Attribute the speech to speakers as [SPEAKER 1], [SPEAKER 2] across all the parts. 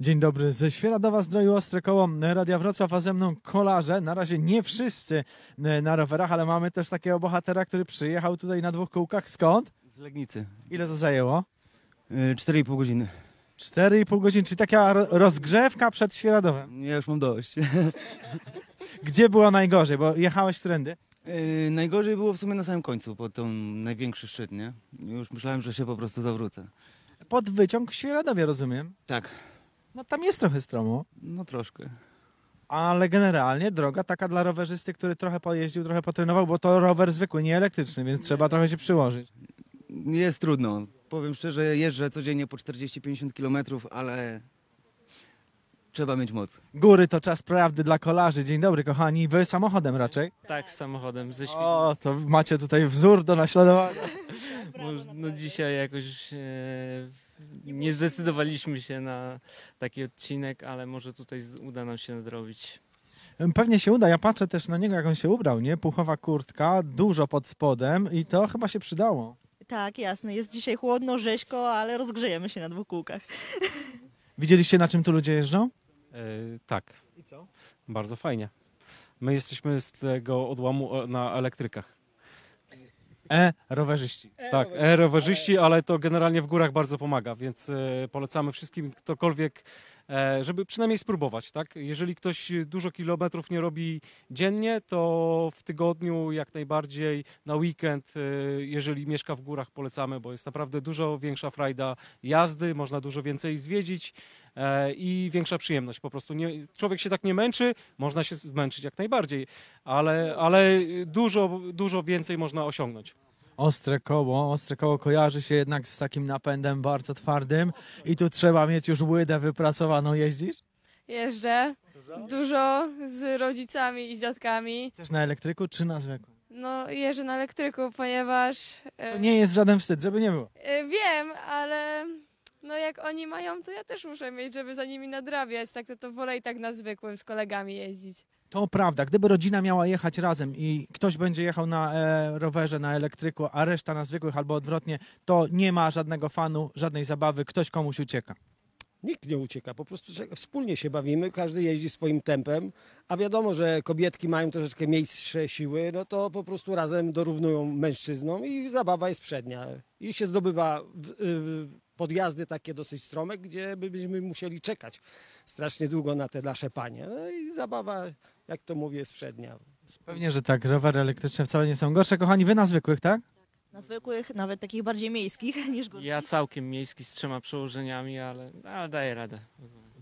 [SPEAKER 1] Dzień dobry, ze Świeradowa Zdroju Ostre Koło e, Radia Wrocław, a ze mną kolarze. Na razie nie wszyscy e, na rowerach, ale mamy też takiego bohatera, który przyjechał tutaj na dwóch kółkach. Skąd?
[SPEAKER 2] Z Legnicy.
[SPEAKER 1] Ile to zajęło?
[SPEAKER 2] Y, 4,5 godziny.
[SPEAKER 1] 4,5 godziny, czyli taka ro- rozgrzewka przed Świeradowem.
[SPEAKER 2] Ja już mam dość.
[SPEAKER 1] Gdzie było najgorzej, bo jechałeś trendy?
[SPEAKER 2] Y, Najgorzej było w sumie na samym końcu, pod tą największy szczyt, nie? Już myślałem, że się po prostu zawrócę.
[SPEAKER 1] Pod wyciąg w Świeradowie, rozumiem.
[SPEAKER 2] Tak,
[SPEAKER 1] No tam jest trochę stromo,
[SPEAKER 2] no troszkę.
[SPEAKER 1] ale generalnie droga taka dla rowerzysty, który trochę pojeździł, trochę potrenował, bo to rower zwykły, nie elektryczny, więc trzeba trochę się przyłożyć.
[SPEAKER 2] Jest trudno. Powiem szczerze, jeżdżę codziennie po 40-50 km, ale trzeba mieć moc.
[SPEAKER 1] Góry to czas prawdy dla kolarzy. Dzień dobry, kochani. Wy samochodem raczej?
[SPEAKER 3] Tak, z samochodem ze Świn.
[SPEAKER 1] O, to macie tutaj wzór do naśladowania.
[SPEAKER 3] Mo- No dzisiaj jakoś e, nie zdecydowaliśmy się na taki odcinek, ale może tutaj z- uda nam się nadrobić.
[SPEAKER 1] Pewnie się uda. Ja patrzę też na niego, jak on się ubrał, nie? Puchowa kurtka, dużo pod spodem i to chyba się przydało.
[SPEAKER 4] Tak, jasne. Jest dzisiaj chłodno, rzeźko, ale rozgrzejemy się na dwóch kółkach.
[SPEAKER 1] Widzieliście, na czym tu ludzie jeżdżą?
[SPEAKER 5] E, tak. Bardzo fajnie. My jesteśmy z tego odłamu e, na elektrykach.
[SPEAKER 1] E, rowerzyści.
[SPEAKER 5] tak, e, rowerzyści, ale to generalnie w górach bardzo pomaga, więc e, polecamy wszystkim, ktokolwiek, e, żeby przynajmniej spróbować, tak? Jeżeli ktoś dużo kilometrów nie robi dziennie, to w tygodniu jak najbardziej, na weekend, e, jeżeli mieszka w górach, polecamy, bo jest naprawdę dużo większa frajda jazdy, można dużo więcej zwiedzić e, i większa przyjemność. Po prostu nie, człowiek się tak nie męczy, można się zmęczyć jak najbardziej, ale, ale dużo, dużo więcej można osiągnąć.
[SPEAKER 1] Ostre koło, ostre koło kojarzy się jednak z takim napędem bardzo twardym i tu trzeba mieć już łydę wypracowaną. Jeździsz?
[SPEAKER 6] Jeżdżę dużo z rodzicami i z dziadkami.
[SPEAKER 1] Też na elektryku czy na zwykłym?
[SPEAKER 6] No, jeżdżę na elektryku, ponieważ
[SPEAKER 1] To
[SPEAKER 6] e,
[SPEAKER 1] No nie jest żaden wstyd, żeby nie było.
[SPEAKER 6] e, wiem, ale no jak oni mają, to ja też muszę mieć, żeby za nimi nadrabiać. Tak to, to wolę i tak na zwykłym z kolegami jeździć.
[SPEAKER 1] To prawda, gdyby rodzina miała jechać razem i ktoś będzie jechał na e, rowerze, na elektryku, a reszta na zwykłych albo odwrotnie, to nie ma żadnego fanu, żadnej zabawy, ktoś komuś ucieka.
[SPEAKER 7] Nikt nie ucieka, po prostu że wspólnie się bawimy, każdy jeździ swoim tempem, a wiadomo, że kobietki mają troszeczkę mniejsze siły, no to po prostu razem dorównują mężczyznom i zabawa jest przednia. I się zdobywa w, w, podjazdy takie dosyć strome, gdzie by- byśmy musieli czekać strasznie długo na te nasze panie. No i zabawa, jak to mówię, jest przednia.
[SPEAKER 1] Pewnie, że tak, rowery elektryczne wcale nie są gorsze. Kochani, wy na zwykłych, tak?
[SPEAKER 4] Na zwykłych, nawet takich bardziej miejskich niż górskich.
[SPEAKER 3] Ja całkiem miejski z trzema przełożeniami, ale, ale daję radę.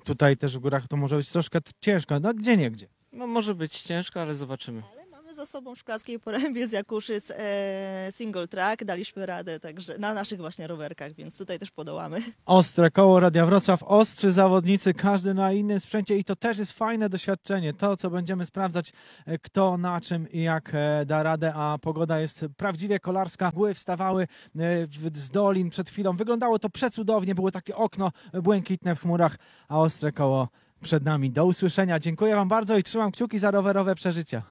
[SPEAKER 1] Tutaj też w górach to może być troszkę t- ciężko, no gdzie nie gdzie.
[SPEAKER 3] No może być ciężko, ale zobaczymy.
[SPEAKER 4] Ale mamy za sobą w Szklarskiej Porębie z Jakuszyc e, single track. Daliśmy radę także na naszych właśnie rowerkach, więc tutaj też podołamy.
[SPEAKER 1] Ostre koło Radia Wrocław, ostrzy zawodnicy, każdy na innym sprzęcie i to też jest fajne doświadczenie. To, co będziemy sprawdzać, e, kto na czym i jak e, da radę, a pogoda jest prawdziwie kolarska. Mgły wstawały e, w- z dolin przed chwilą. Wyglądało to przecudownie, było takie okno błękitne w chmurach, a ostre koło przed nami. Do usłyszenia. Dziękuję Wam bardzo i trzymam kciuki za rowerowe przeżycia.